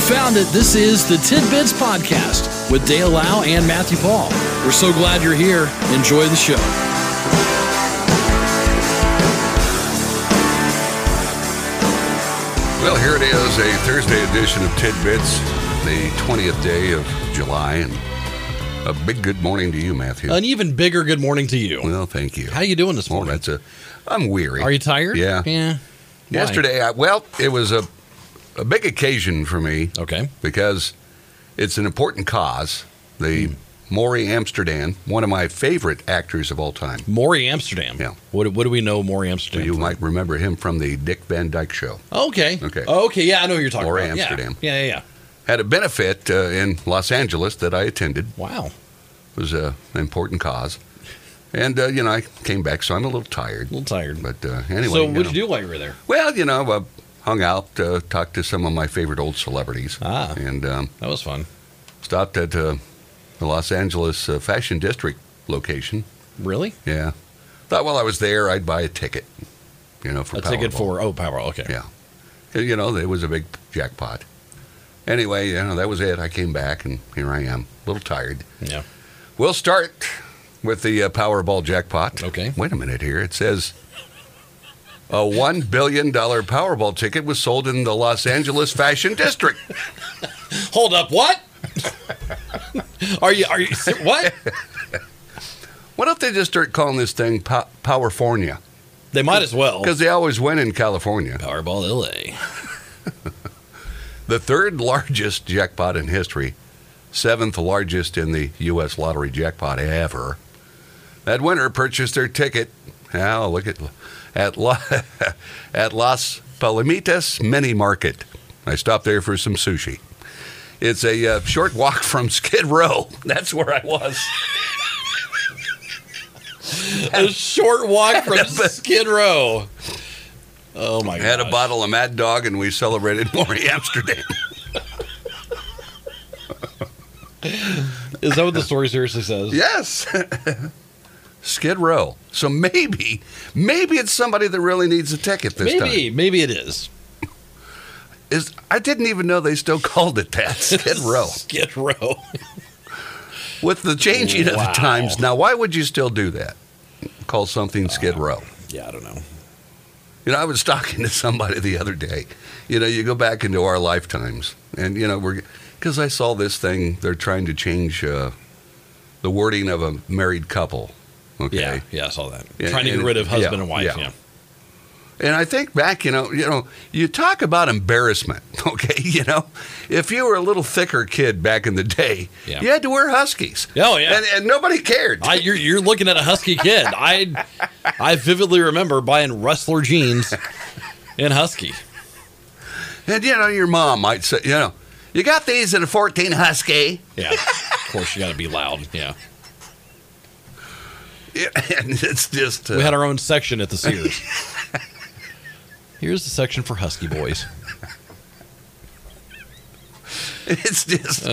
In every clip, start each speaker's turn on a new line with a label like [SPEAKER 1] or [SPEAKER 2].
[SPEAKER 1] found it. This is the Tidbits Podcast with Dale Lau and Matthew Paul. We're so glad you're here. Enjoy the show.
[SPEAKER 2] Well, here it is, a Thursday edition of Tidbits, the 20th day of July, and a big good morning to you, Matthew.
[SPEAKER 1] An even bigger good morning to you.
[SPEAKER 2] well, thank you.
[SPEAKER 1] Uh, How you doing this
[SPEAKER 2] Oh,
[SPEAKER 1] morning?
[SPEAKER 2] that's a. I'm weary.
[SPEAKER 1] Are you tired?
[SPEAKER 2] Yeah.
[SPEAKER 1] Yeah. Why?
[SPEAKER 2] Yesterday, I, well, it was a a big occasion for me
[SPEAKER 1] Okay.
[SPEAKER 2] because it's an important cause.
[SPEAKER 1] Hmm.
[SPEAKER 2] The Maury Amsterdam, one of my favorite actors of all time.
[SPEAKER 1] Maury Amsterdam.
[SPEAKER 2] Yeah.
[SPEAKER 1] What, do- what do we know Maury Amsterdam?
[SPEAKER 2] You
[SPEAKER 1] from?
[SPEAKER 2] might remember him from the Dick Van Dyke Show.
[SPEAKER 1] Okay.
[SPEAKER 2] Okay.
[SPEAKER 1] Okay. Yeah, I know what you're talking
[SPEAKER 2] Maury
[SPEAKER 1] about. Yeah.
[SPEAKER 2] Amsterdam.
[SPEAKER 1] Yeah. yeah, yeah.
[SPEAKER 2] Had a benefit uh, in Los Angeles that I attended.
[SPEAKER 1] Wow.
[SPEAKER 2] was uh, an important cause. And, uh, you know, I came back, so I'm a little tired.
[SPEAKER 1] A little tired.
[SPEAKER 2] But uh, anyway.
[SPEAKER 1] so, what'd
[SPEAKER 2] know.
[SPEAKER 1] you do while you were there?
[SPEAKER 2] Well, you know, I hung out, uh, talked to some of my favorite old celebrities.
[SPEAKER 1] Ah.
[SPEAKER 2] And um,
[SPEAKER 1] That was fun.
[SPEAKER 2] stopped at uh, the Los Angeles uh, Fashion District location.
[SPEAKER 1] Really?
[SPEAKER 2] Yeah. Thought while I was there, I'd buy a ticket, you know, for
[SPEAKER 1] a ticket
[SPEAKER 2] Powerball.
[SPEAKER 1] for oh Powerball. Okay.
[SPEAKER 2] Yeah. You know, it was a big jackpot. Anyway, you know, that was it. I came back, and here I am, a little tired.
[SPEAKER 1] Yeah.
[SPEAKER 2] We'll start with the uh, Powerball jackpot.
[SPEAKER 1] Okay.
[SPEAKER 2] Wait a minute here. It says a $1 billion Powerball ticket was sold in the Los Angeles Fashion District.
[SPEAKER 1] Hold up. What? are you? Are you? ser- What?
[SPEAKER 2] Why don't they just start calling this thing po- Powerfornia?
[SPEAKER 1] They might as well.
[SPEAKER 2] Because they always win in California.
[SPEAKER 1] Powerball LA.
[SPEAKER 2] The third largest jackpot in history, seventh largest in the U.S. lottery jackpot ever. That winner purchased their ticket. Now look at at, La, at Las Palomitas Mini Market. I stopped there for some sushi. It's a uh, short walk from Skid Row. That's where I was.
[SPEAKER 1] A short walk from Skid Row. Oh my
[SPEAKER 2] I had
[SPEAKER 1] god.
[SPEAKER 2] a bottle of Mad Dog, and we celebrated Maury Amsterdam.
[SPEAKER 1] Is that what the story seriously says?
[SPEAKER 2] Yes. Skid Row. So maybe, maybe it's somebody that really needs a ticket this time.
[SPEAKER 1] maybe. Maybe it is.
[SPEAKER 2] Is I didn't even know they still called it that. Skid Row.
[SPEAKER 1] Skid Row.
[SPEAKER 2] With the changing of
[SPEAKER 1] Wow.
[SPEAKER 2] the times. Now, why would you still do that? Call something Skid Row.
[SPEAKER 1] yeah, I don't know.
[SPEAKER 2] You know, I was talking to somebody the other day. You know, you go back into our lifetimes, and you know, we're because I saw this thing. They're trying to change uh, the wording of a married couple. Okay.
[SPEAKER 1] Yeah. Yeah, I saw that.
[SPEAKER 2] Yeah,
[SPEAKER 1] Trying to get
[SPEAKER 2] and-
[SPEAKER 1] rid of husband
[SPEAKER 2] yeah,
[SPEAKER 1] and wife.
[SPEAKER 2] yeah.
[SPEAKER 1] yeah.
[SPEAKER 2] And I think back, you know, you know, you talk about embarrassment, okay? You know, if you were a little thicker kid back in the day,
[SPEAKER 1] Yeah.
[SPEAKER 2] you had to wear huskies.
[SPEAKER 1] Oh, yeah.
[SPEAKER 2] and, and nobody cared.
[SPEAKER 1] I, you're, you're looking at a husky kid. I I vividly remember buying wrestler jeans and husky.
[SPEAKER 2] and you know, your mom might say, you know, you got these in a fourteen husky,
[SPEAKER 1] Yeah, of course you got to be loud. Yeah,
[SPEAKER 2] Yeah, and it's just uh,
[SPEAKER 1] we had our own section at the Sears. Here's the section for husky boys.
[SPEAKER 2] it's just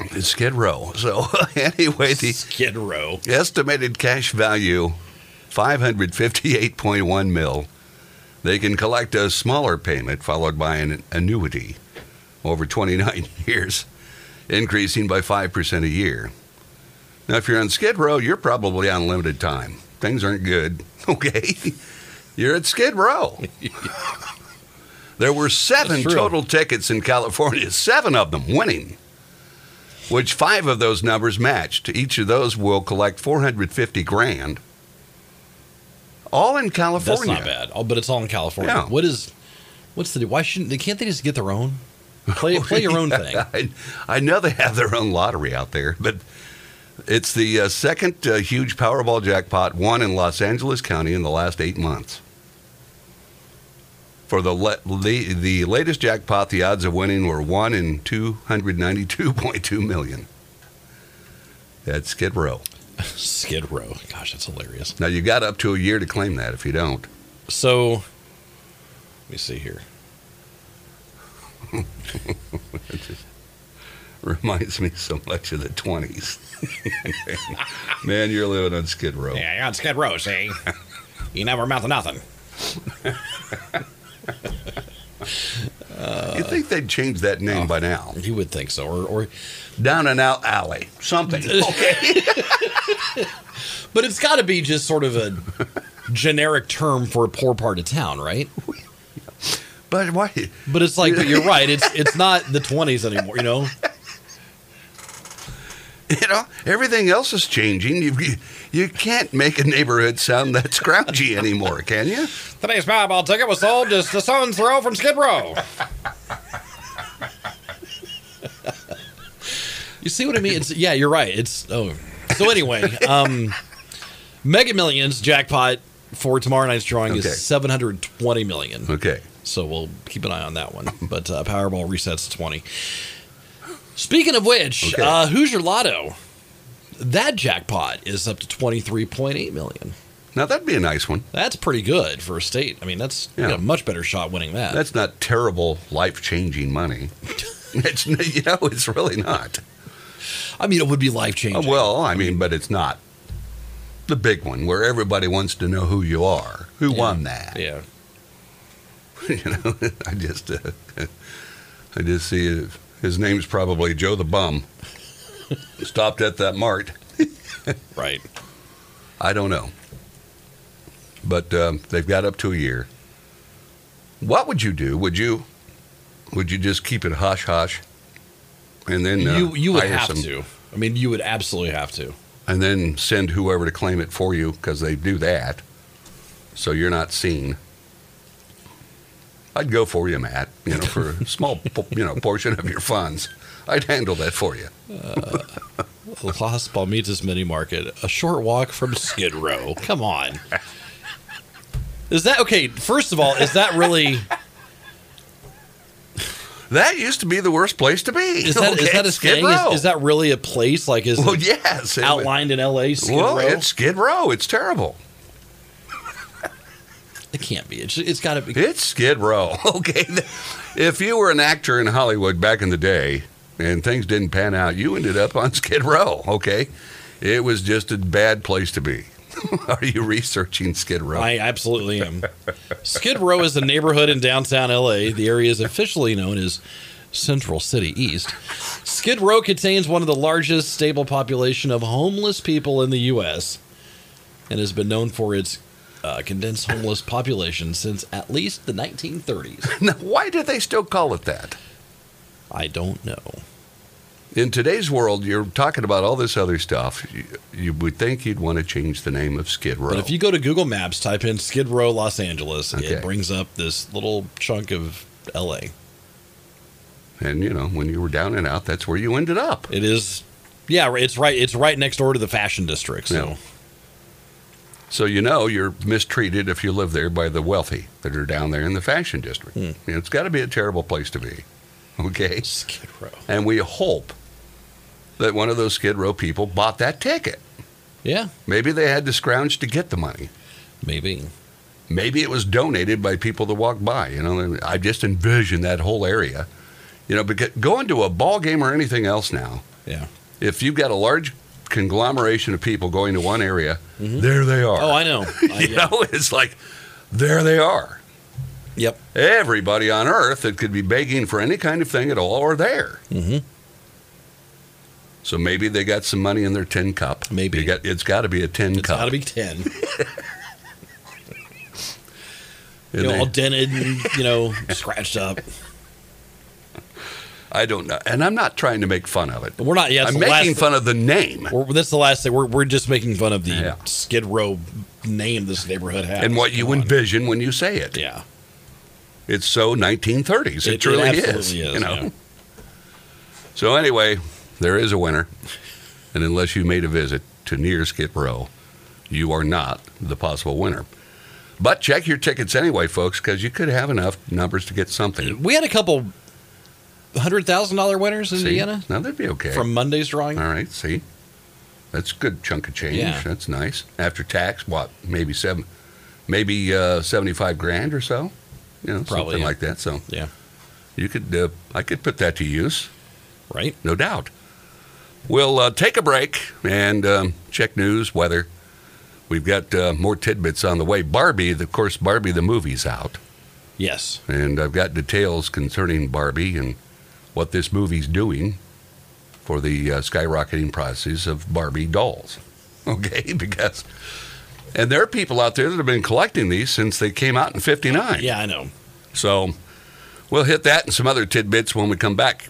[SPEAKER 2] it's Skid Row. So anyway, the
[SPEAKER 1] Skid Row.
[SPEAKER 2] estimated cash value 558.1 mil they can collect a smaller payment followed by an annuity over 29 years increasing by 5% a year now if you're on skid row you're probably on limited time things aren't good okay you're at skid row there were seven
[SPEAKER 1] That's true.
[SPEAKER 2] total tickets in california seven of them winning which five of those numbers matched. Each of those will collect 450 grand. All in
[SPEAKER 1] That's
[SPEAKER 2] California.
[SPEAKER 1] not bad. Oh, but it's all in California.
[SPEAKER 2] Yeah.
[SPEAKER 1] What is? What's the? Why shouldn't they? Can't they just get their own? Play play your own thing.
[SPEAKER 2] I, I know they have their own lottery out there, but it's the uh, second uh, huge Powerball jackpot won in Los Angeles County in the last eight months. For the, le- the the latest jackpot, the odds of winning were one in two hundred ninety two point two million. That's Skid Row.
[SPEAKER 1] Skid Row. Gosh, that's hilarious.
[SPEAKER 2] Now you got up to a year to claim that. If you don't,
[SPEAKER 1] So, let me see here.
[SPEAKER 2] reminds me so much of the 20s. Man, you're living on Skid Row.
[SPEAKER 1] Yeah, you're on Skid Row, see? you never amount to nothing.
[SPEAKER 2] you think they'd change that name by now.
[SPEAKER 1] You would think so, or, or
[SPEAKER 2] Down and out alley, something. Okay.
[SPEAKER 1] but it's got to be just sort of a generic term for a poor part of town, right?
[SPEAKER 2] but why?
[SPEAKER 1] But it's like, but you're right. It's it's not the 20s anymore. You know,
[SPEAKER 2] You know, everything else is changing. You you- you can't make a neighborhood sound that scroungy anymore, can you?
[SPEAKER 1] today's Powerball ticket was sold as the sun's throw from Skid Row. you see what I mean? It's yeah, you're right. It's oh. So anyway, um, Mega Millions jackpot for tomorrow night's drawing
[SPEAKER 2] Okay.
[SPEAKER 1] is 720 million.
[SPEAKER 2] Okay.
[SPEAKER 1] So we'll keep an eye on that one. But uh, Powerball resets to 20. Speaking of which,
[SPEAKER 2] Okay.
[SPEAKER 1] uh, Hoosier Lotto, that jackpot is up to 23.8 million.
[SPEAKER 2] Now that'd be a nice one.
[SPEAKER 1] That's pretty good for a state. I mean, that's you
[SPEAKER 2] Yeah.
[SPEAKER 1] got a much better shot winning that.
[SPEAKER 2] That's not terrible, life-changing money. It's you know, it's really not.
[SPEAKER 1] I mean, it would be life
[SPEAKER 2] Uh,
[SPEAKER 1] changing.
[SPEAKER 2] Well, I mean, but it's not the big one where everybody wants to know who you are, who won that.
[SPEAKER 1] yeah.
[SPEAKER 2] you know, I just, uh, I just see it. his name's probably Joe the Bum. Stopped at that mart.
[SPEAKER 1] Right.
[SPEAKER 2] I don't know, but um, they've got up to a year. What would you do? Would you, would you just keep it hush hush, and then uh,
[SPEAKER 1] you you would
[SPEAKER 2] hire
[SPEAKER 1] have
[SPEAKER 2] some-
[SPEAKER 1] to. I mean, you would absolutely have to.
[SPEAKER 2] and then send whoever to claim it for you because they do that. So you're not seen. I'd go for you, Matt. You know, for a small po- you know portion of your funds, I'd handle that for you.
[SPEAKER 1] Las Palmitas Mini Market, a short walk from Skid Row. Come on. Is that okay? First of all, is that really
[SPEAKER 2] That used to be the worst place to be.
[SPEAKER 1] Is that is
[SPEAKER 2] okay?
[SPEAKER 1] that a
[SPEAKER 2] Skid
[SPEAKER 1] thing? Is,
[SPEAKER 2] Row.
[SPEAKER 1] is that really a place? Like is
[SPEAKER 2] well?
[SPEAKER 1] it
[SPEAKER 2] Yes. it-
[SPEAKER 1] outlined in L.A. Skid
[SPEAKER 2] well,
[SPEAKER 1] Row?
[SPEAKER 2] it's Skid Row. It's terrible.
[SPEAKER 1] it can't be. It's, it's got to be.
[SPEAKER 2] It's Skid Row. Okay. If you were an actor in Hollywood back in the day and things didn't pan out, you ended up on Skid Row. Okay. It was just a bad place to be. Are you researching Skid Row?
[SPEAKER 1] I absolutely am. Skid Row is a neighborhood in downtown L.A. The area is officially known as Central City East. Skid Row contains one of the largest stable population of homeless people in the U.S. and has been known for its uh, condensed homeless population since at least the 1930s.
[SPEAKER 2] Now, why do they still call it that?
[SPEAKER 1] I don't know.
[SPEAKER 2] In today's world, you're talking about all this other stuff. You, you would think you'd want to change the name of Skid Row.
[SPEAKER 1] But if you go to Google Maps, type in Skid Row, Los Angeles,
[SPEAKER 2] Okay.
[SPEAKER 1] it brings up this little chunk of LA.
[SPEAKER 2] and, you know, when you were down and out, that's where you ended up.
[SPEAKER 1] It is, yeah, it's right. It's right next door to the fashion district. So
[SPEAKER 2] Yeah. So you know you're mistreated if you live there by the wealthy that are down there in the fashion district.
[SPEAKER 1] Hmm.
[SPEAKER 2] You know, It's got to be a terrible place to be. Okay?
[SPEAKER 1] Skid Row.
[SPEAKER 2] And we hope that one of those Skid Row people bought that ticket.
[SPEAKER 1] Yeah,
[SPEAKER 2] Maybe they had to scrounge to get the money.
[SPEAKER 1] maybe.
[SPEAKER 2] Maybe it was donated by people that walked by. You know, I just envision that whole area. You know, because going to a ball game or anything else now,
[SPEAKER 1] Yeah.
[SPEAKER 2] if you've got a large conglomeration of people going to one area, there they are.
[SPEAKER 1] Oh, I know. I-
[SPEAKER 2] you know, it's like there they are.
[SPEAKER 1] Yep.
[SPEAKER 2] Everybody on earth that could be begging for any kind of thing at all are there.
[SPEAKER 1] Mhm.
[SPEAKER 2] So maybe they got some money in their tin cup.
[SPEAKER 1] Maybe.
[SPEAKER 2] You got- it's got to be a tin
[SPEAKER 1] It's
[SPEAKER 2] cup.
[SPEAKER 1] got to be ten. You
[SPEAKER 2] And
[SPEAKER 1] know,
[SPEAKER 2] they-
[SPEAKER 1] all dented and you know scratched up.
[SPEAKER 2] I don't know, and I'm not trying to make fun of it.
[SPEAKER 1] But we're not. Yeah, it's
[SPEAKER 2] I'm
[SPEAKER 1] the
[SPEAKER 2] making
[SPEAKER 1] last.
[SPEAKER 2] fun of the name
[SPEAKER 1] We're, that's the last thing. We're we're just making fun of the
[SPEAKER 2] Yeah.
[SPEAKER 1] Skid Row name this neighborhood has
[SPEAKER 2] and what you
[SPEAKER 1] Come on.
[SPEAKER 2] envision when you say it.
[SPEAKER 1] Yeah.
[SPEAKER 2] It's so 1930s.
[SPEAKER 1] It-
[SPEAKER 2] It,
[SPEAKER 1] it
[SPEAKER 2] truly is.
[SPEAKER 1] absolutely is,
[SPEAKER 2] You know.
[SPEAKER 1] yeah.
[SPEAKER 2] So anyway, there is a winner, and unless you made a visit to near Skid Row, you are not the possible winner. But check your tickets anyway, folks, because you could have enough numbers to get something.
[SPEAKER 1] We had a couple hundred thousand dollar winners in
[SPEAKER 2] See?
[SPEAKER 1] Indiana
[SPEAKER 2] Now that'd be okay.
[SPEAKER 1] from Monday's drawing.
[SPEAKER 2] All right. See, that's a good chunk of change.
[SPEAKER 1] Yeah.
[SPEAKER 2] That's nice. After tax, what? Maybe seven, maybe uh, seventy-five grand or so. You know,
[SPEAKER 1] Probably,
[SPEAKER 2] something
[SPEAKER 1] yeah.
[SPEAKER 2] like that. So
[SPEAKER 1] Yeah.
[SPEAKER 2] you could, uh, I could put that to use.
[SPEAKER 1] Right.
[SPEAKER 2] no doubt. We'll uh, take a break and um, check news, weather. We've got uh, more tidbits on the way. Barbie, of course, Barbie the movie's out.
[SPEAKER 1] Yes.
[SPEAKER 2] And I've got details concerning Barbie and what this movie's doing for the uh, skyrocketing prices of Barbie dolls. Okay, because and there are people out there that have been collecting these since they came out in 59.
[SPEAKER 1] Yeah, I know.
[SPEAKER 2] So we'll hit that and some other tidbits when we come back.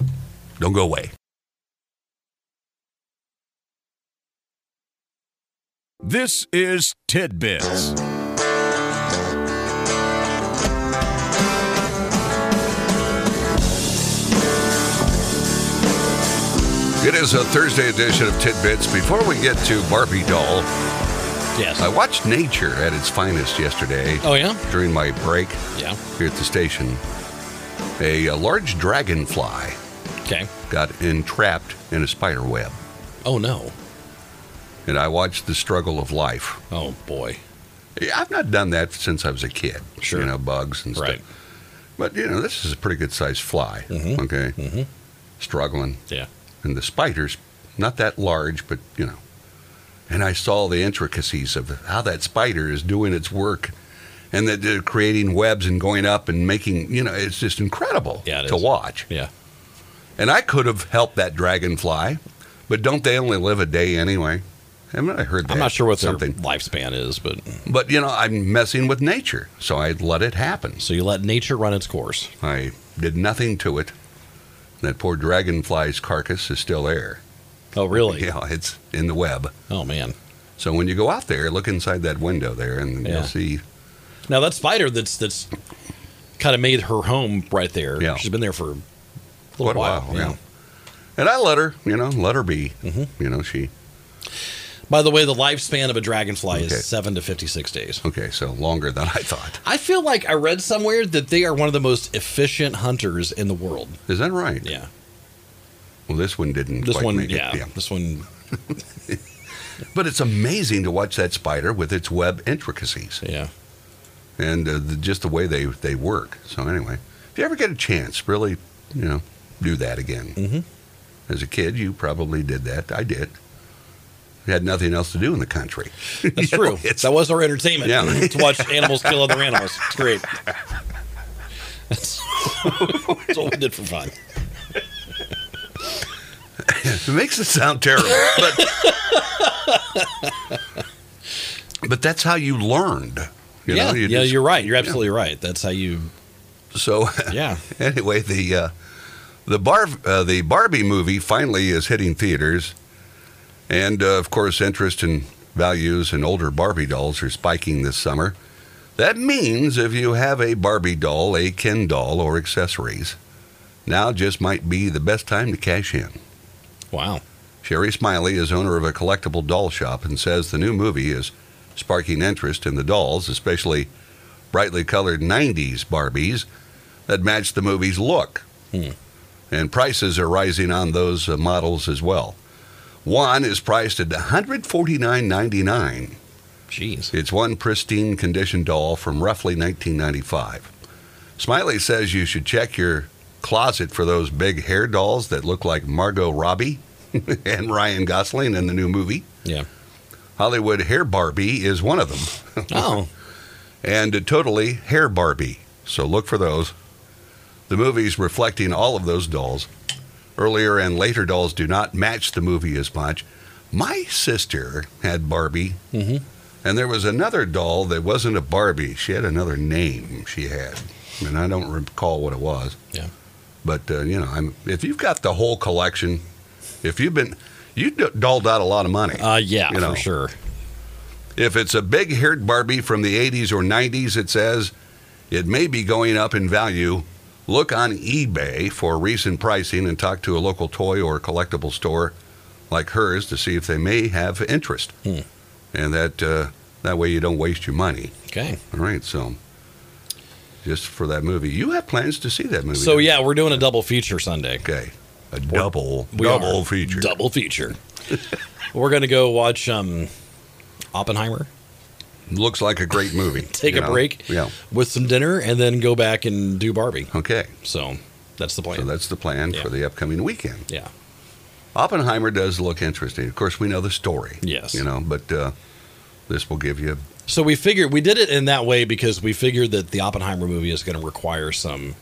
[SPEAKER 2] Don't go away.
[SPEAKER 3] This is Tidbits.
[SPEAKER 2] It is a Thursday edition of Tidbits. Before we get to Barbie doll,
[SPEAKER 1] Yes.
[SPEAKER 2] I watched nature at its finest yesterday
[SPEAKER 1] oh, yeah?
[SPEAKER 2] during my break
[SPEAKER 1] Yeah.
[SPEAKER 2] here at the station. A, a large dragonfly
[SPEAKER 1] Okay.
[SPEAKER 2] got entrapped in a spider web,
[SPEAKER 1] Oh, no.
[SPEAKER 2] and I watched the struggle of life.
[SPEAKER 1] Oh, boy.
[SPEAKER 2] Yeah, I've not done that since I was a kid.
[SPEAKER 1] Sure.
[SPEAKER 2] You know, bugs and
[SPEAKER 1] Right.
[SPEAKER 2] stuff. But, you know, this is a pretty good sized fly.
[SPEAKER 1] Mhm.
[SPEAKER 2] Okay.
[SPEAKER 1] Mhm.
[SPEAKER 2] Struggling.
[SPEAKER 1] Yeah.
[SPEAKER 2] And the spider's not that large, but, you know. And I saw the intricacies of how that spider is doing its work and that they're creating webs and going up and making, you know, it's just incredible
[SPEAKER 1] Yeah, it
[SPEAKER 2] to
[SPEAKER 1] is.
[SPEAKER 2] watch.
[SPEAKER 1] Yeah.
[SPEAKER 2] And I could have helped that dragonfly, but don't they only live a day anyway? I mean, I heard that.
[SPEAKER 1] I'm not sure what their
[SPEAKER 2] something.
[SPEAKER 1] lifespan is, but
[SPEAKER 2] But, you know, I'm messing with nature, so I let it happen.
[SPEAKER 1] so you let nature run its course.
[SPEAKER 2] I did nothing to it. That poor dragonfly's carcass is still there.
[SPEAKER 1] Oh, really?
[SPEAKER 2] Yeah, it's in the web.
[SPEAKER 1] Oh, man.
[SPEAKER 2] So when you go out there, look inside that window there, and
[SPEAKER 1] Yeah.
[SPEAKER 2] you'll see.
[SPEAKER 1] Now that spider that's that's kind of made her home right there.
[SPEAKER 2] Yeah.
[SPEAKER 1] She's been there for a little
[SPEAKER 2] Quite a
[SPEAKER 1] while.
[SPEAKER 2] while, yeah. And I let her, you know, let her be.
[SPEAKER 1] Mm-hmm.
[SPEAKER 2] You know, she.
[SPEAKER 1] By the way, the lifespan of a dragonfly
[SPEAKER 2] Okay.
[SPEAKER 1] is seven to fifty-six days.
[SPEAKER 2] Okay, so longer than I thought.
[SPEAKER 1] I feel like I read somewhere that they are one of the most efficient hunters in the world.
[SPEAKER 2] Is that right?
[SPEAKER 1] Yeah.
[SPEAKER 2] Well, this one didn't.
[SPEAKER 1] This
[SPEAKER 2] quite
[SPEAKER 1] one,
[SPEAKER 2] make it,
[SPEAKER 1] yeah, This one,
[SPEAKER 2] But it's amazing to watch that spider with its web intricacies
[SPEAKER 1] yeah.
[SPEAKER 2] and uh, the, just the way they they work. So anyway, if you ever get a chance, really, you know, do that again.
[SPEAKER 1] hmm
[SPEAKER 2] As a kid, you probably did that. I did. We had nothing else to do in the country.
[SPEAKER 1] That's true.
[SPEAKER 2] it's-
[SPEAKER 1] that was our entertainment.
[SPEAKER 2] Yeah.
[SPEAKER 1] to watch animals kill other animals. It's great. That's, that's what we did for fun.
[SPEAKER 2] It makes it sound terrible, but but that's how you learned. You
[SPEAKER 1] yeah,
[SPEAKER 2] know, you
[SPEAKER 1] yeah,
[SPEAKER 2] just-
[SPEAKER 1] you're right. You're absolutely right. That's how you.
[SPEAKER 2] so
[SPEAKER 1] Yeah.
[SPEAKER 2] anyway, the uh, the bar uh, the Barbie movie finally is hitting theaters, and uh, of course, interest in values and older Barbie dolls are spiking this summer. That means if you have a Barbie doll, a Ken doll, or accessories, now just might be the best time to cash in.
[SPEAKER 1] Wow.
[SPEAKER 2] Sherry Smiley is owner of a collectible doll shop and says the new movie is sparking interest in the dolls, especially brightly colored 90s Barbies that match the movie's look.
[SPEAKER 1] Hmm.
[SPEAKER 2] And prices are rising on those uh, models as well. One is priced at $149.99.
[SPEAKER 1] Jeez.
[SPEAKER 2] It's one pristine condition doll from roughly 1995. Smiley says you should check your closet for those big hair dolls that look like Margot Robbie and Ryan Gosling in the new movie.
[SPEAKER 1] Yeah.
[SPEAKER 2] Hollywood Hair Barbie is one of them,
[SPEAKER 1] Oh.
[SPEAKER 2] and totally Hair Barbie. So look for those. The movie's reflecting all of those dolls. Earlier and later dolls do not match the movie as much. My sister had Barbie
[SPEAKER 1] hmm
[SPEAKER 2] And there was another doll that wasn't a Barbie. She had another name she had, and I don't recall what it was.
[SPEAKER 1] Yeah.
[SPEAKER 2] But uh, you know, I'm, if you've got the whole collection, if you've been, you d- dolled out a lot of money.
[SPEAKER 1] Uh, yeah,
[SPEAKER 2] You know.
[SPEAKER 1] for sure.
[SPEAKER 2] if it's a big-haired Barbie from the '80s or '90s, it says it may be going up in value. Look on eBay for recent pricing and talk to a local toy or collectible store like hers to see if they may have interest.
[SPEAKER 1] Hmm.
[SPEAKER 2] And that uh, that way you don't waste your money.
[SPEAKER 1] Okay.
[SPEAKER 2] All right, so just for that movie, you have plans to see that movie.
[SPEAKER 1] So
[SPEAKER 2] don't you?
[SPEAKER 1] yeah, we're doing a double feature Sunday.
[SPEAKER 2] okay, a double
[SPEAKER 1] We
[SPEAKER 2] double
[SPEAKER 1] are.
[SPEAKER 2] feature.
[SPEAKER 1] Double feature. we're gonna go watch um, Oppenheimer,
[SPEAKER 2] Looks like a great movie.
[SPEAKER 1] Take
[SPEAKER 2] you
[SPEAKER 1] a break.
[SPEAKER 2] Yeah.
[SPEAKER 1] with some dinner, and then go back and do Barbie.
[SPEAKER 2] Okay,
[SPEAKER 1] So that's the plan.
[SPEAKER 2] so that's the plan
[SPEAKER 1] Yeah.
[SPEAKER 2] for the upcoming weekend.
[SPEAKER 1] yeah.
[SPEAKER 2] Oppenheimer does look interesting. Of course, we know the story.
[SPEAKER 1] Yes.
[SPEAKER 2] You know, but uh, this will give you
[SPEAKER 1] So we figured we did it in that way because we figured that the Oppenheimer movie is going to require some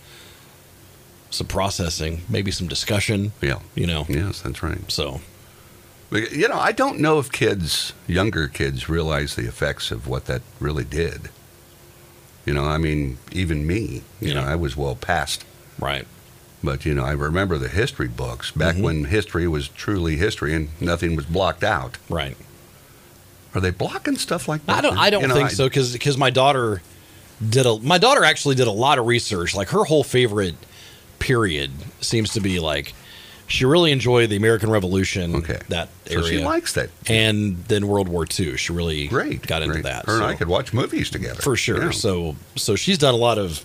[SPEAKER 1] some processing, maybe some discussion.
[SPEAKER 2] Yeah.
[SPEAKER 1] You know.
[SPEAKER 2] Yes, that's right.
[SPEAKER 1] So
[SPEAKER 2] But, You know, I don't know if kids, younger kids, realize the effects of what that really did. You know, I mean, even me, you know,
[SPEAKER 1] Yeah.
[SPEAKER 2] I was well past.
[SPEAKER 1] right.
[SPEAKER 2] But, you know, I remember the history books back
[SPEAKER 1] Mhm.
[SPEAKER 2] when history was truly history and nothing was blocked out.
[SPEAKER 1] Right.
[SPEAKER 2] Are they blocking stuff like that?
[SPEAKER 1] I don't. I don't
[SPEAKER 2] You know,
[SPEAKER 1] think so because my daughter did a. My daughter actually did a lot of research. Like her whole favorite period seems to be like she really enjoyed the American Revolution.
[SPEAKER 2] Okay.
[SPEAKER 1] That
[SPEAKER 2] So
[SPEAKER 1] area.
[SPEAKER 2] she likes that.
[SPEAKER 1] and then World War II. She really
[SPEAKER 2] Great.
[SPEAKER 1] got into
[SPEAKER 2] great.
[SPEAKER 1] that
[SPEAKER 2] Her and I
[SPEAKER 1] so-
[SPEAKER 2] could watch movies together.
[SPEAKER 1] for sure.
[SPEAKER 2] Yeah.
[SPEAKER 1] So so she's done a lot of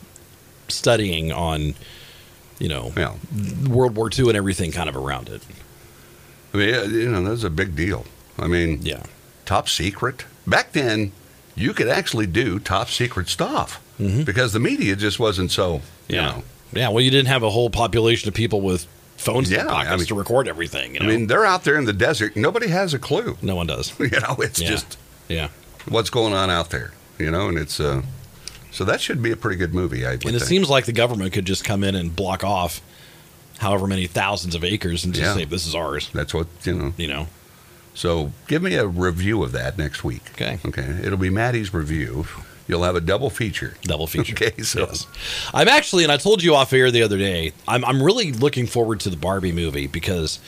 [SPEAKER 1] studying on you know
[SPEAKER 2] yeah.
[SPEAKER 1] World War II and everything kind of around it.
[SPEAKER 2] I mean, yeah, you know, that's a big deal. I mean,
[SPEAKER 1] Yeah.
[SPEAKER 2] top secret. Back then, you could actually do top secret stuff because the media just wasn't so,
[SPEAKER 1] Mm-hmm.
[SPEAKER 2] you
[SPEAKER 1] Yeah.
[SPEAKER 2] know.
[SPEAKER 1] Yeah. Well, you didn't have a whole population of people with phones in
[SPEAKER 2] Yeah,
[SPEAKER 1] their
[SPEAKER 2] I
[SPEAKER 1] pockets
[SPEAKER 2] mean-
[SPEAKER 1] to record everything. You know?
[SPEAKER 2] I mean, they're out there in the desert. Nobody has a clue.
[SPEAKER 1] no one does.
[SPEAKER 2] You know, it's
[SPEAKER 1] Yeah.
[SPEAKER 2] just
[SPEAKER 1] Yeah.
[SPEAKER 2] what's going on out there, you know, and it's, uh, so that should be a pretty good movie, I would
[SPEAKER 1] And it
[SPEAKER 2] think.
[SPEAKER 1] seems like the government could just come in and block off however many thousands of acres and just
[SPEAKER 2] Yeah.
[SPEAKER 1] say, this is ours,
[SPEAKER 2] That's what, you know.
[SPEAKER 1] you know?
[SPEAKER 2] So give me a review of that next week.
[SPEAKER 1] Okay.
[SPEAKER 2] Okay. It'll be Maddie's review. You'll have a double feature.
[SPEAKER 1] Double feature.
[SPEAKER 2] Okay, so-
[SPEAKER 1] I'm actually, and I told you off air the other day, I'm, I'm really looking forward to the Barbie movie because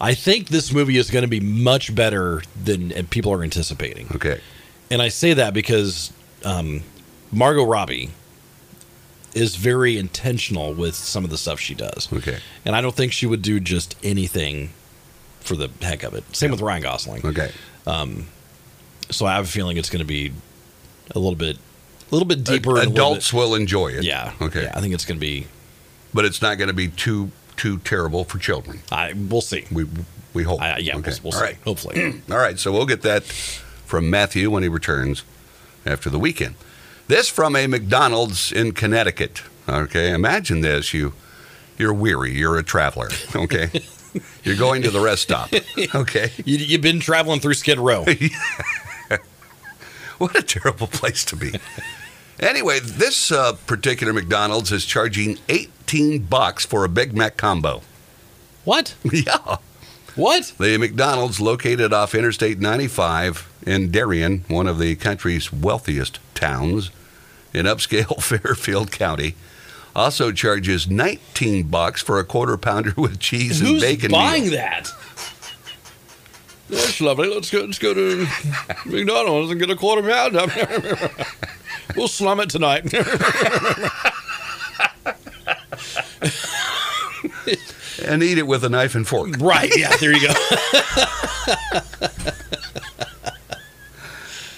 [SPEAKER 1] I think this movie is going to be much better than uh, people are anticipating.
[SPEAKER 2] Okay.
[SPEAKER 1] And I say that because um, Margot Robbie is very intentional with some of the stuff she does.
[SPEAKER 2] Okay.
[SPEAKER 1] And I don't think she would do just anything for the heck of it. Same with Ryan Gosling.
[SPEAKER 2] Okay.
[SPEAKER 1] So I have a feeling it's going to be a little bit, a little bit deeper. and a little
[SPEAKER 2] Adults will enjoy it.
[SPEAKER 1] bit- yeah.
[SPEAKER 2] Okay.
[SPEAKER 1] Yeah, I think it's going to be.
[SPEAKER 2] but it's not going to be too too terrible for children.
[SPEAKER 1] I we'll see.
[SPEAKER 2] We we hope.
[SPEAKER 1] I, Uh, yeah,
[SPEAKER 2] Okay.
[SPEAKER 1] we'll, we'll
[SPEAKER 2] All
[SPEAKER 1] see.
[SPEAKER 2] right.
[SPEAKER 1] Hopefully.
[SPEAKER 2] All right. So we'll get that from Matthew when he returns after the weekend. This from a McDonald's in Connecticut. Okay. Imagine this. You you're weary. You're a traveler. Okay. you're going to the rest stop. Okay.
[SPEAKER 1] you, you've been traveling through Skid Row.
[SPEAKER 2] What a terrible place to be. Anyway, this uh, particular McDonald's is charging 18 bucks for a Big Mac combo.
[SPEAKER 1] what?
[SPEAKER 2] yeah.
[SPEAKER 1] What?
[SPEAKER 2] The McDonald's, located off Interstate 95 in Darien, one of the country's wealthiest towns in upscale Fairfield County, also charges 19 bucks for a quarter pounder with cheese and
[SPEAKER 1] Who's
[SPEAKER 2] bacon.
[SPEAKER 1] buying
[SPEAKER 2] meal.
[SPEAKER 1] that? That's lovely. Let's go. Let's go to McDonald's and get a quarter pound. we'll slum it tonight.
[SPEAKER 2] And eat it with a knife and fork.
[SPEAKER 1] right. Yeah. There you go.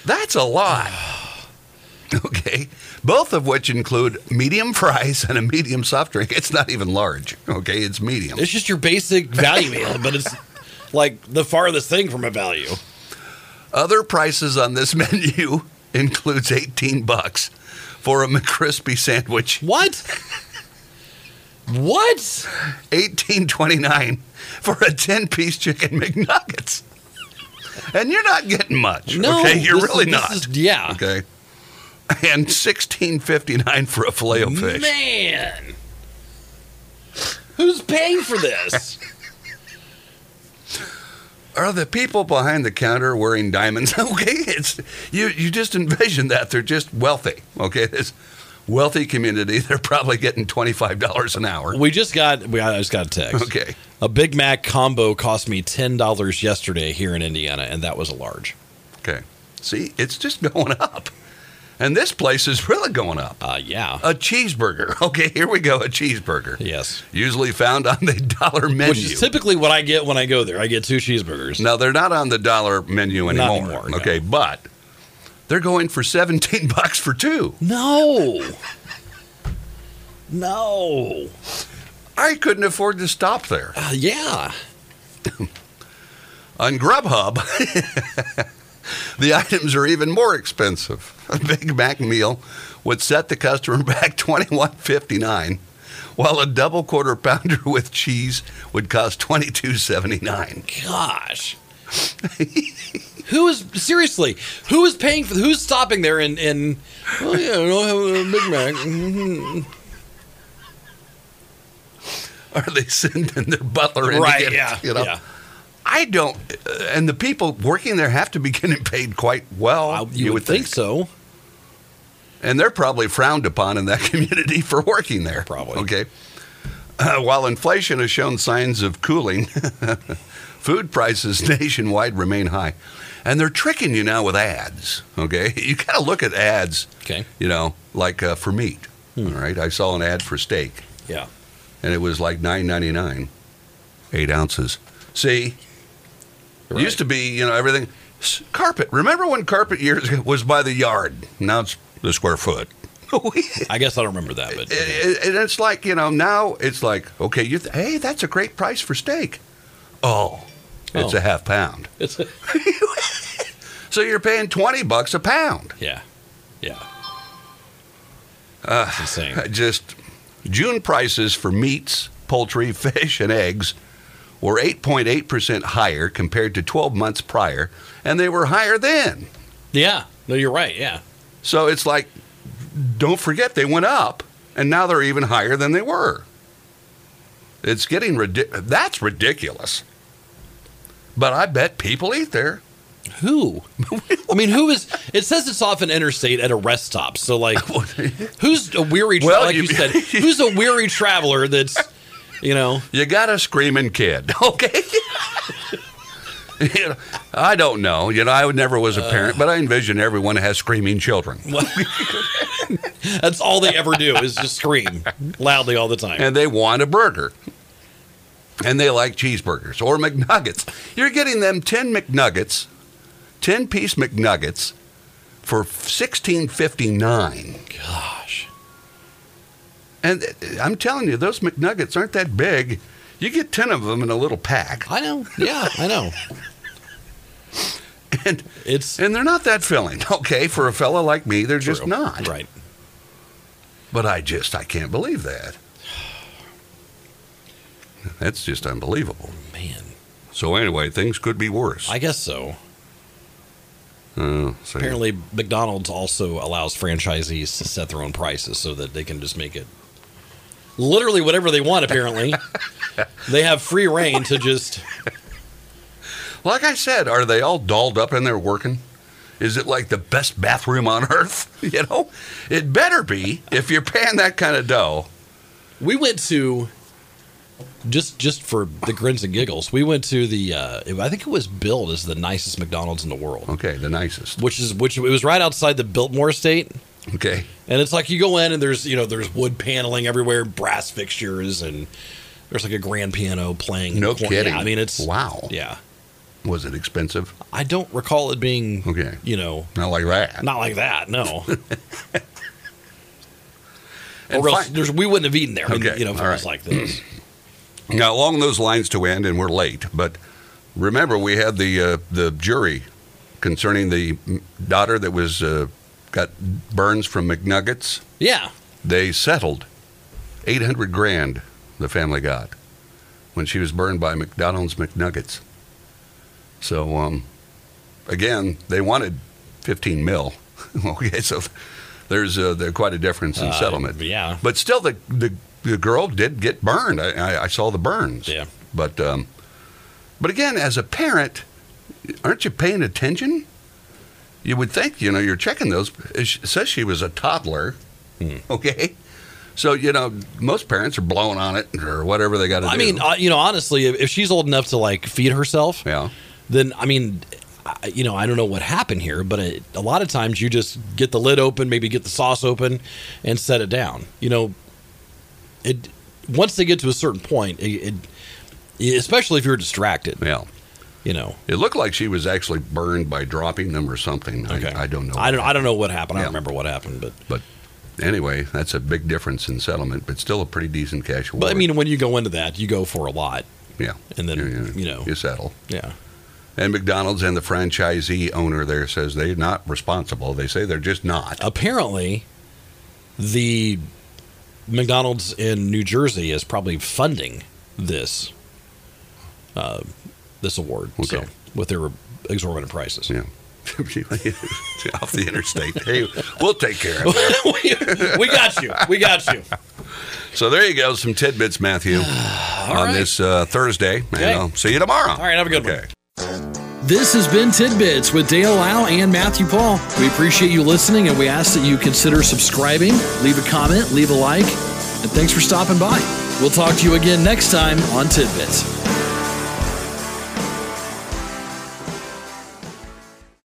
[SPEAKER 2] That's a lot. Okay. Both of which include medium fries and a medium soft drink. It's not even large. Okay. It's medium.
[SPEAKER 1] It's just your basic value meal, but it's like the farthest thing from a value.
[SPEAKER 2] Other prices on this menu includes 18 bucks for a McCrispy sandwich,
[SPEAKER 1] What? What?
[SPEAKER 2] 18.29 for a 10-piece chicken McNuggets. And you're not getting much.
[SPEAKER 1] No,
[SPEAKER 2] okay, you're
[SPEAKER 1] this is-
[SPEAKER 2] really
[SPEAKER 1] this
[SPEAKER 2] not.
[SPEAKER 1] is- yeah.
[SPEAKER 2] Okay. And 16.59 for a filet of fish.
[SPEAKER 1] Man. Who's paying for this?
[SPEAKER 2] Are the people behind the counter wearing diamonds? okay, it's you. You just envision that they're just wealthy. Okay, this wealthy community, they're probably getting twenty five dollars an hour.
[SPEAKER 1] We just got we I just got a text.
[SPEAKER 2] Okay.
[SPEAKER 1] A Big Mac combo cost me ten dollars yesterday here in Indiana, and that was a large.
[SPEAKER 2] Okay, see, it's just going up, and this place is really going up.
[SPEAKER 1] Uh yeah.
[SPEAKER 2] A cheeseburger. Okay, here we go. A cheeseburger.
[SPEAKER 1] yes.
[SPEAKER 2] Usually found on the dollar menu.
[SPEAKER 1] Which is typically what I get when I go there. I get two cheeseburgers.
[SPEAKER 2] Now they're not on the dollar menu
[SPEAKER 1] Not
[SPEAKER 2] anymore.
[SPEAKER 1] anymore, no.
[SPEAKER 2] Okay, but they're going for seventeen bucks for two.
[SPEAKER 1] No. No.
[SPEAKER 2] I couldn't afford to stop there.
[SPEAKER 1] Uh, yeah.
[SPEAKER 2] On Grubhub, the items are even more expensive. A Big Mac meal would set the customer back $21.59, while a double quarter pounder with cheese would cost $22.79.
[SPEAKER 1] Gosh. Who is seriously? Who is paying for? Who's stopping there? And and oh yeah, I don't have a Big Mac. Mhm.
[SPEAKER 2] Are they sending their butler in? to
[SPEAKER 1] right?
[SPEAKER 2] get it,
[SPEAKER 1] Yeah.
[SPEAKER 2] you know?
[SPEAKER 1] Yeah.
[SPEAKER 2] I don't. uh, and the people working there have to be getting paid quite well.
[SPEAKER 1] I- you, would, think, so.
[SPEAKER 2] And they're probably frowned upon in that community for working there.
[SPEAKER 1] Probably.
[SPEAKER 2] Okay. Uh, while inflation has shown signs of cooling, food prices nationwide remain high. And they're tricking you now with ads. Okay. You got to look at ads,
[SPEAKER 1] Okay.
[SPEAKER 2] you know, like uh, for meat. All right. I saw an ad for steak
[SPEAKER 1] Yeah.
[SPEAKER 2] and it was like nine ninety nine, eight ounces. See, it used to be you know everything s- carpet. Remember when carpet years ago was by the yard? Now it's the square foot. it,
[SPEAKER 1] I guess I don't remember that, but
[SPEAKER 2] it, and it's like you know now it's like okay, you th- hey that's a great price for steak. Oh, it's
[SPEAKER 1] Oh.
[SPEAKER 2] a half pound.
[SPEAKER 1] it's
[SPEAKER 2] So you're paying twenty bucks a pound.
[SPEAKER 1] yeah, yeah.
[SPEAKER 2] Uh,
[SPEAKER 1] It's insane.
[SPEAKER 2] I Just June prices for meats, poultry, fish, and eggs were 8.8% higher compared to 12 months prior, and they were higher then.
[SPEAKER 1] Yeah. No, you're right. Yeah.
[SPEAKER 2] So it's like, don't forget they went up, and now they're even higher than they were. It's getting ridiculous. That's ridiculous. But I bet people eat there.
[SPEAKER 1] Who? I mean, who is? It says it's off an interstate at a rest stop. So like, who's a weary? Tra-
[SPEAKER 2] Well,
[SPEAKER 1] like you,
[SPEAKER 2] you-
[SPEAKER 1] said, who's a weary traveler? That's you know.
[SPEAKER 2] You got a screaming kid, okay? You know, I don't know. You know, I would- never was a parent, but I envision everyone has screaming children.
[SPEAKER 1] That's all they ever do is just scream loudly all the time.
[SPEAKER 2] and they want a burger. And they like cheeseburgers or McNuggets. You're getting them 10 McNuggets, 10 piece McNuggets for 16.59.
[SPEAKER 1] Gosh.
[SPEAKER 2] And uh, I'm telling you those McNuggets aren't that big. You get 10 of them in a little pack
[SPEAKER 1] I know. Yeah, I know.
[SPEAKER 2] and
[SPEAKER 1] It's
[SPEAKER 2] and they're not that filling. Okay, for a fella like me, they're just
[SPEAKER 1] true.
[SPEAKER 2] not.
[SPEAKER 1] Right.
[SPEAKER 2] But I just I can't believe that. That's just unbelievable.
[SPEAKER 1] Man.
[SPEAKER 2] So anyway, things could be worse.
[SPEAKER 1] I guess so.
[SPEAKER 2] Oh, so-
[SPEAKER 1] Apparently McDonald's also allows franchisees to set their own prices so that they can just make it literally whatever they want apparently. they have free reign to just
[SPEAKER 2] Like I said, are they all dolled up in there working? Is it like the best bathroom on earth? You know, it better be if you're paying that kind of dough.
[SPEAKER 1] We went to just just for the grins and giggles. We went to the uh, I think it was billed as the nicest McDonald's in the world,
[SPEAKER 2] Okay, the nicest.
[SPEAKER 1] which is which it was right outside the Biltmore estate,
[SPEAKER 2] Okay,
[SPEAKER 1] and it's like you go in and there's you know there's wood paneling everywhere, brass fixtures, and there's like a grand piano playing. in
[SPEAKER 2] no
[SPEAKER 1] the corner.
[SPEAKER 2] kidding.
[SPEAKER 1] Yeah, I mean it's
[SPEAKER 2] wow.
[SPEAKER 1] Yeah,
[SPEAKER 2] Was it expensive?
[SPEAKER 1] I don't recall it being
[SPEAKER 2] Okay.
[SPEAKER 1] You know,
[SPEAKER 2] Not like that.
[SPEAKER 1] not like that. No.
[SPEAKER 2] And
[SPEAKER 1] or else
[SPEAKER 2] fine.
[SPEAKER 1] there's, we wouldn't have eaten there. I mean,
[SPEAKER 2] Okay,
[SPEAKER 1] You know, if
[SPEAKER 2] all
[SPEAKER 1] it was
[SPEAKER 2] right.
[SPEAKER 1] like this.
[SPEAKER 2] Now, along those lines to end, and we're late, but remember we had the uh, the jury concerning the daughter that was uh, got burns from McNuggets.
[SPEAKER 1] Yeah.
[SPEAKER 2] They settled 800 grand the family got when she was burned by McDonald's McNuggets. So um, again, they wanted 15 mil. okay, so there's uh there quite a difference in
[SPEAKER 1] Uh,
[SPEAKER 2] settlement.
[SPEAKER 1] yeah.
[SPEAKER 2] But still the the, the girl did get burned. I, I, I saw the burns.
[SPEAKER 1] Yeah.
[SPEAKER 2] But um, but again, as a parent, aren't you paying attention? You would think, you know, you're checking those. It sh- says she was a toddler.
[SPEAKER 1] Hmm.
[SPEAKER 2] Okay. So, you know, most parents are blowing on it or whatever they got to do.
[SPEAKER 1] I mean, uh, you know, honestly, if, if she's old enough to like feed herself,
[SPEAKER 2] yeah.
[SPEAKER 1] then I mean, I, you know, I don't know what happened here, but it, a lot of times you just get the lid open, maybe get the sauce open, and set it down. You know, it once they get to a certain point, it, it especially if you're distracted,
[SPEAKER 2] Yeah.
[SPEAKER 1] you know.
[SPEAKER 2] It looked like she was actually burned by dropping them or something. I- I, don't know.
[SPEAKER 1] I don't. I don't know what happened. I
[SPEAKER 2] Yeah.
[SPEAKER 1] don't remember what happened, but
[SPEAKER 2] But anyway, that's a big difference in settlement, but still a pretty decent cash award.
[SPEAKER 1] but I mean, when you go into that, you go for a lot,
[SPEAKER 2] yeah.
[SPEAKER 1] and then
[SPEAKER 2] Yeah,
[SPEAKER 1] you,
[SPEAKER 2] yeah.
[SPEAKER 1] know,
[SPEAKER 2] You settle.
[SPEAKER 1] yeah,
[SPEAKER 2] And McDonald's and the franchisee owner there says they're not responsible. They say they're just not.
[SPEAKER 1] apparently the McDonald's in New Jersey is probably funding this uh, this award. So
[SPEAKER 2] Okay.
[SPEAKER 4] with their exorbitant prices.
[SPEAKER 2] Yeah. Off the interstate. Hey, we'll take care of it.
[SPEAKER 4] we, we got you. We got you.
[SPEAKER 2] So there you go. Some tidbits, Matthew, on
[SPEAKER 4] right.
[SPEAKER 2] this uh, Thursday.
[SPEAKER 4] Okay.
[SPEAKER 2] And I'll see you tomorrow.
[SPEAKER 4] All right, have a good one.
[SPEAKER 2] okay.
[SPEAKER 1] This has been Tidbits with Dale Lau and Matthew Paul. We appreciate you listening and we ask that you consider subscribing, leave a comment, leave a like, and thanks for stopping by. We'll talk to you again next time on Tidbits.